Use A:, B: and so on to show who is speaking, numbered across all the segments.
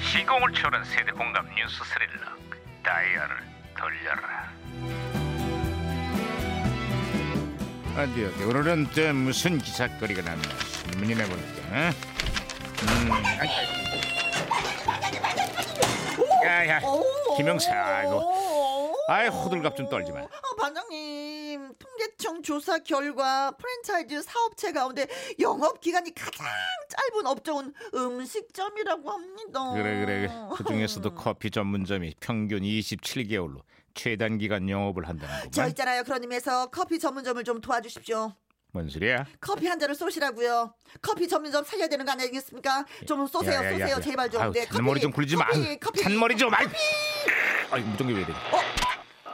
A: 시공을 초월한 세대 공감 뉴스 스릴러 다이얼을 돌려라 어디 어디 오늘은 또 무슨 기사거리가 났나 신문이나 볼까 응? 음, 아이. 야야
B: 어우,
A: 김영사, 이거.
B: 어우,
A: 아이, 호들갑 좀 떨지 마.
B: 어, 반장님 통계청 조사 결과 프랜차이즈 사업체 가운데 영업 기간이 가장 짧은 업종은 음식점이라고 합니다.
A: 그래 그래 그중에서도 커피 전문점이 평균 27개월로 최단 기간 영업을 한다는 거
B: 저
A: 만
B: 있잖아요. 그런 의미에서 커피 전문점을 좀 도와주십시오.
A: 뭔 소리야
B: 커피 한 잔을 쏘시라고요. 커피 전문점 살려야 되는 거 아니겠습니까? 좀 쏘세요,
A: 야, 야, 야,
B: 쏘세요,
A: 야.
B: 제발 좀.
A: 아유,
B: 네,
A: 잔머리 좀 굴리지 마.
B: 커피, 커피.
A: 잔머리 좀. 아이. 아이 무전기 왜 이래?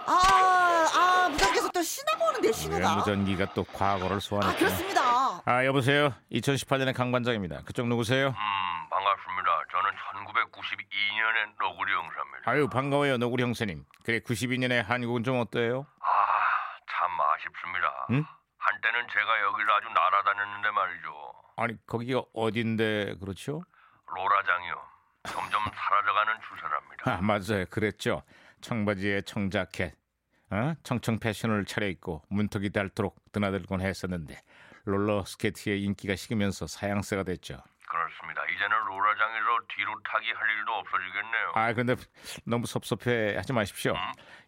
B: 아, 아 무전기에서 또 신호가 오는데
A: 왜
B: 신호가.
A: 무전기가 또 과거를
B: 아
A: 소환했구나.
B: 그렇습니다.
A: 아 여보세요. 2018년의 강 반장입니다. 그쪽 누구세요?
C: 음, 반갑습니다. 저는 1992년의 너구리 형사입니다.
A: 아유 반가워요 노구리 형사님. 그래 92년에 한국은 좀 어때요?
C: 아, 참 아쉽습니다.
A: 응?
C: 한때는 제가 여기를 아주 날아다녔는데 말이죠.
A: 아니 거기가 어딘데 그렇죠?
C: 로라장이요. 점점 사라져가는 추세랍니다.
A: 아 맞아요 그랬죠. 청바지에 청자켓, 어? 청청 패션을 차려입고 문턱이 닳도록 드나들곤 했었는데 롤러 스케이트의 인기가 식으면서 사양세가 됐죠.
C: 그렇습니다. 이제는 로라장에서 뒤로 타기 할 일도 없어지겠네요.
A: 아 근데 너무 섭섭해 하지 마십시오.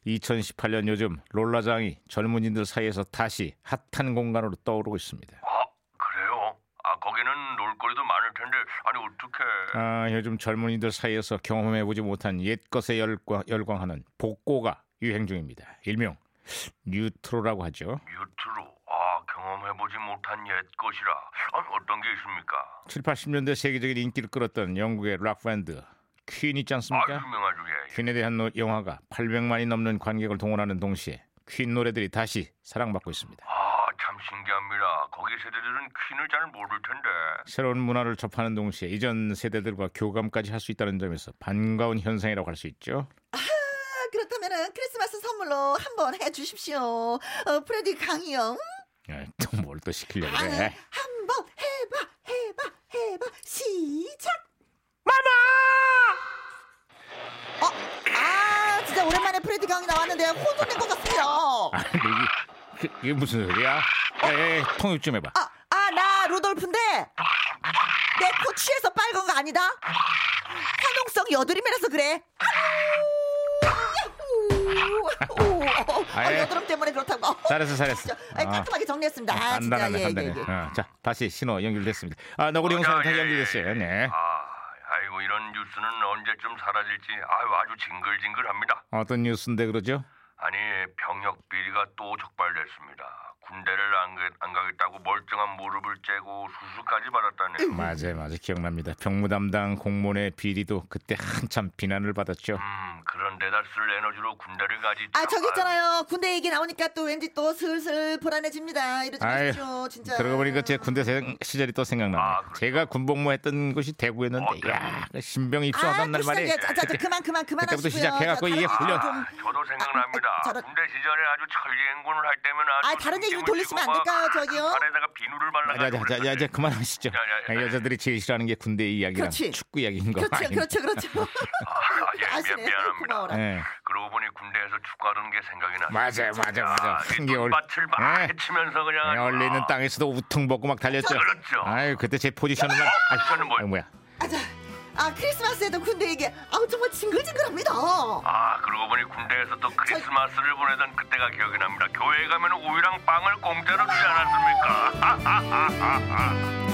A: 2018년 요즘 롤라장이 젊은이들 사이에서 다시 핫한 공간으로 떠오르고 있습니다.
C: 아, 그래요? 아, 거기는 놀거리도 많을 텐데, 아니, 어떻게.
A: 아, 요즘 젊은이들 사이에서 경험해보지 못한 옛것에 열광, 열광하는 복고가 유행 중입니다. 일명 뉴트로라고 하죠.
C: 뉴트로, 아, 경험해보지 못한 옛 것이라. 아니, 어떤 게 있습니까?
A: 7, 80년대 세계적인 인기를 끌었던 영국의 락밴드 퀸 있지
C: 아,
A: 않습니까?
C: 유명하죠, 예. 예.
A: 퀸에 대한 노- 영화가 800만이 넘는 관객을 동원하는 동시에 퀸 노래들이 다시 사랑받고 있습니다.
C: 아, 참 신기합니다. 거기 세대들은 퀸을 잘 모를 텐데.
A: 새로운 문화를 접하는 동시에 이전 세대들과 교감까지 할 수 있다는 점에서 반가운 현상이라고 할 수 있죠.
B: 아, 그렇다면은 크리스마스 선물로 한번 해주십시오. 어, 프레디 강이요.
A: 예, 또 뭘 또 시키려고
B: 아,
A: 그래.
B: 한번 해봐, 해봐, 해봐. 시작. 마마. 어, 아, 진짜 오랜만에 프레디 강이 나왔는데 혼돈된 것 같습니다.
A: 아니, 이게, 그- 이게 무슨 소리야? 에, 에, 통역 좀 해봐.
B: 아, 아, 나 루돌프인데 내 코 취해서 빨간 거 아니다. 화농성 여드름이라서 그래. 아우, 야호. 오, 아,
A: 아예.
B: 여드름 때문에 그렇다고. 어,
A: 잘했어, 잘했어.
B: 진짜, 아이, 깔끔하게 정리했습니다. 아, 진짜
A: 간단하네,
B: 예, 예,
A: 간단해.
B: 예.
A: 어, 자, 다시 신호 연결됐습니다. 아, 너구리
C: 어,
A: 형사는
C: 자,
A: 다시
C: 예,
A: 연결됐어요. 네.
C: 아, 아이고 이런 뉴스는 언제쯤 사라질지 아유 아주 징글징글합니다.
A: 어떤 뉴스인데 그러죠?
C: 아니 병역 비리가 또 적발됐습니다. 군대를 안, 가- 안 가겠다고 멀쩡한 무릎을 째고 수수까지 받았다네요.
A: 맞아요, 맞아요. 기억납니다. 병무 담당 공무원의 비리도 그때 한참 비난을 받았죠.
C: 음 그런데다 쓸 에너지로 군대를 가지.
B: 아
C: 참,
B: 저기
C: 아유.
B: 있잖아요 군대 얘기 나오니까 또 왠지 또 슬슬 불안해집니다 이러지 마십시오 진짜
A: 그러고 보니까 제 군대 생- 시절이 또 생각나네.
C: 아, 그래요?
A: 제가 군복무 했던 곳이 대구였는데,
C: 어, 그래요?
A: 야, 그 신병 입소하던
B: 아그
A: 날
B: 시
A: 말이야.
B: 에 자, 자, 자, 그만 그만 그만
A: 그때부터
B: 하시고요
A: 시작해갖고
B: 자,
A: 이게
B: 다른
A: 훈련.
B: 얘기
C: 아,
B: 좀-
C: 저도 생각납니다.
B: 아, 저런-
C: 군대 시절에 아주 천리행군을 할 때면 아주.
B: 아, 다른 얘기로
C: 눈
B: 돌리시면 안
C: 띄고 막
B: 될까요, 저기요?
C: 발에다가 비누를
A: 자, 자,
C: 발라가지고.
A: 자, 자,
C: 그랬었지.
A: 자, 그만하시죠.
C: 야, 야, 야.
A: 여자들이 제일 싫어하는 게 군대 이야기랑
B: 그렇지.
A: 축구 이야기인 거
B: 그렇죠
A: 아닙니까?
B: 그렇죠 그렇죠
C: 아, 아, 예,
B: 아시네
C: 미안, 미안합니다.
B: 고마워라
A: 예.
C: 그러고 보니 군대에서 축구하던 게 생각이 나.
A: 맞아요, 맞아요, 맞아요. 큰 겨울.
C: 밭을 막
A: 예.
C: 헤치면서 그냥. 아,
A: 열리는 땅에서도 우퉁 벗고 막 달렸죠.
C: 그렇죠.
A: 아유, 그때 제 포지션은 막.
C: 포지션은 뭐-
A: 아유, 뭐야?
B: 아, 자, 아 크리스마스에도 군대 얘기 아우 정말 징글징글합니다
C: 아 그러고 보니 군대에서 또 크리스마스를 보내던 그때가 기억이 납니다. 교회에 가면 우유랑 빵을 공짜로 주지 않았습니까?